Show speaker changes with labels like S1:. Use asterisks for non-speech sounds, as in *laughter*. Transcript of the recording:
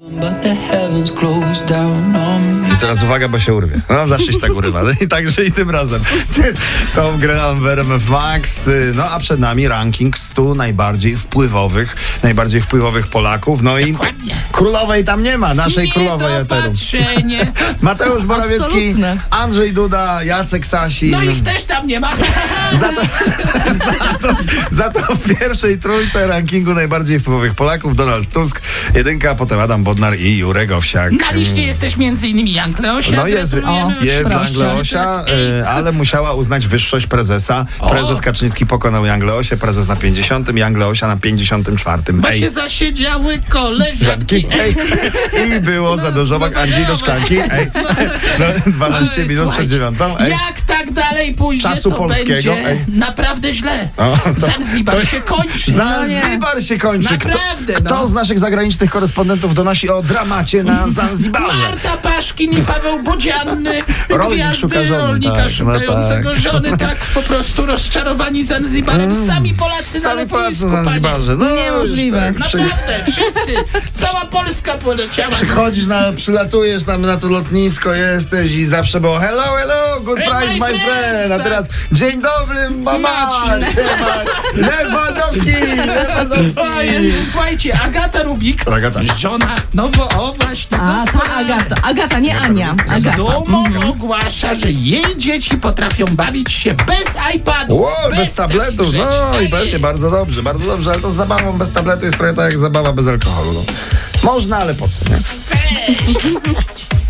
S1: But the heavens closed down on me.
S2: Teraz uwaga, bo się urwie. No, zawsze się tak urywa. No I także i tym razem. Tą grę nam w RMF Max. Y, No, a przed nami ranking 100 najbardziej wpływowych, najbardziej wpływowych Polaków. No i królowej tam nie ma, naszej królowej eteru.
S3: Niedopatrzenie.
S2: Mateusz Morawiecki,
S3: no, Absolutne.
S2: Andrzej Duda, Jacek Sasin.
S3: No ich też tam nie ma.
S2: Za to, *laughs* za, to, za to w pierwszej trójce rankingu najbardziej wpływowych Polaków Donald Tusk, jedynka, potem Adam Bodnar i Jurek Owsiak.
S3: Na liście jesteś między innymi Jan Kleosia.
S2: Mm. No jest,
S3: gratulujemy.
S2: jest
S3: Proszę. Tak,
S2: Jangleosia, y, ale musiała uznać wyższość prezesa. Prezes Kaczyński pokonał Jangleosię, prezes na 50, Jangleosia na 54.
S3: Bo
S2: Ej.
S3: się zasiedziały koleżanki.
S2: Ej, *laughs* I było za dużo wag Anglii do szklanki. Ej.
S3: *laughs*
S2: No, 12 minut przed
S3: Słuchajcie,
S2: dziewiątą. Ej.
S3: Jak tak dalej pójdzie,
S2: Czasu
S3: to
S2: polskiego,
S3: będzie
S2: ej.
S3: naprawdę źle.
S2: O, to-
S3: Zanzibar się
S2: *laughs*
S3: kończy.
S2: Zanzibar się kończy. Kto,
S3: No Naprawdę, no.
S2: kto z naszych zagranicznych korespondentów donosi o dramacie na Zanzibarze?
S3: Marta Paszkin i Paweł Budzianny,
S2: *laughs* Rolnik
S3: gwiazdy
S2: szuka żony,
S3: rolnika
S2: tak, no
S3: szukającego
S2: tak. Mm.
S3: żony,
S2: *laughs*
S3: tak po prostu rozczarowani Zanzibarem, sami Polacy
S2: Sami
S3: na
S2: Polacy
S3: lotnisku,
S2: na
S3: panie.
S2: Zanzibarze. No,
S4: Niemożliwe.
S2: już tak. Przy-
S3: Naprawdę, wszyscy, cała Polska poleciała.
S2: Przychodzisz, na, przylatujesz tam na to lotnisko, jesteś i zawsze było hello, hello, good
S3: Hey,
S2: price,
S3: my tak. No.
S2: my friend. A
S3: friend,
S2: teraz dzień dobry, mama,
S3: Maciek.
S2: siema, Lewandowski,
S3: A,
S2: Lewandowski.
S3: jest- Słuchajcie, Agata Rubik,
S2: Agata.
S3: żona, nowo, o właśnie,
S4: A, ta
S3: doskonale.
S4: Agata. Mhm. Agata, nie Ania.
S3: Z
S4: Agata.
S3: dumą ogłasza, że jej dzieci potrafią bawić się bez iPadów.
S2: Ło, bez
S3: takich
S2: tabletów,
S3: rzeczy.
S2: no i
S3: Ej,
S2: pewnie bardzo dobrze, bardzo dobrze, ale to z zabawą bez tabletu jest trochę tak jak zabawa bez alkoholu. No. Można, ale po co, nie?
S3: ej.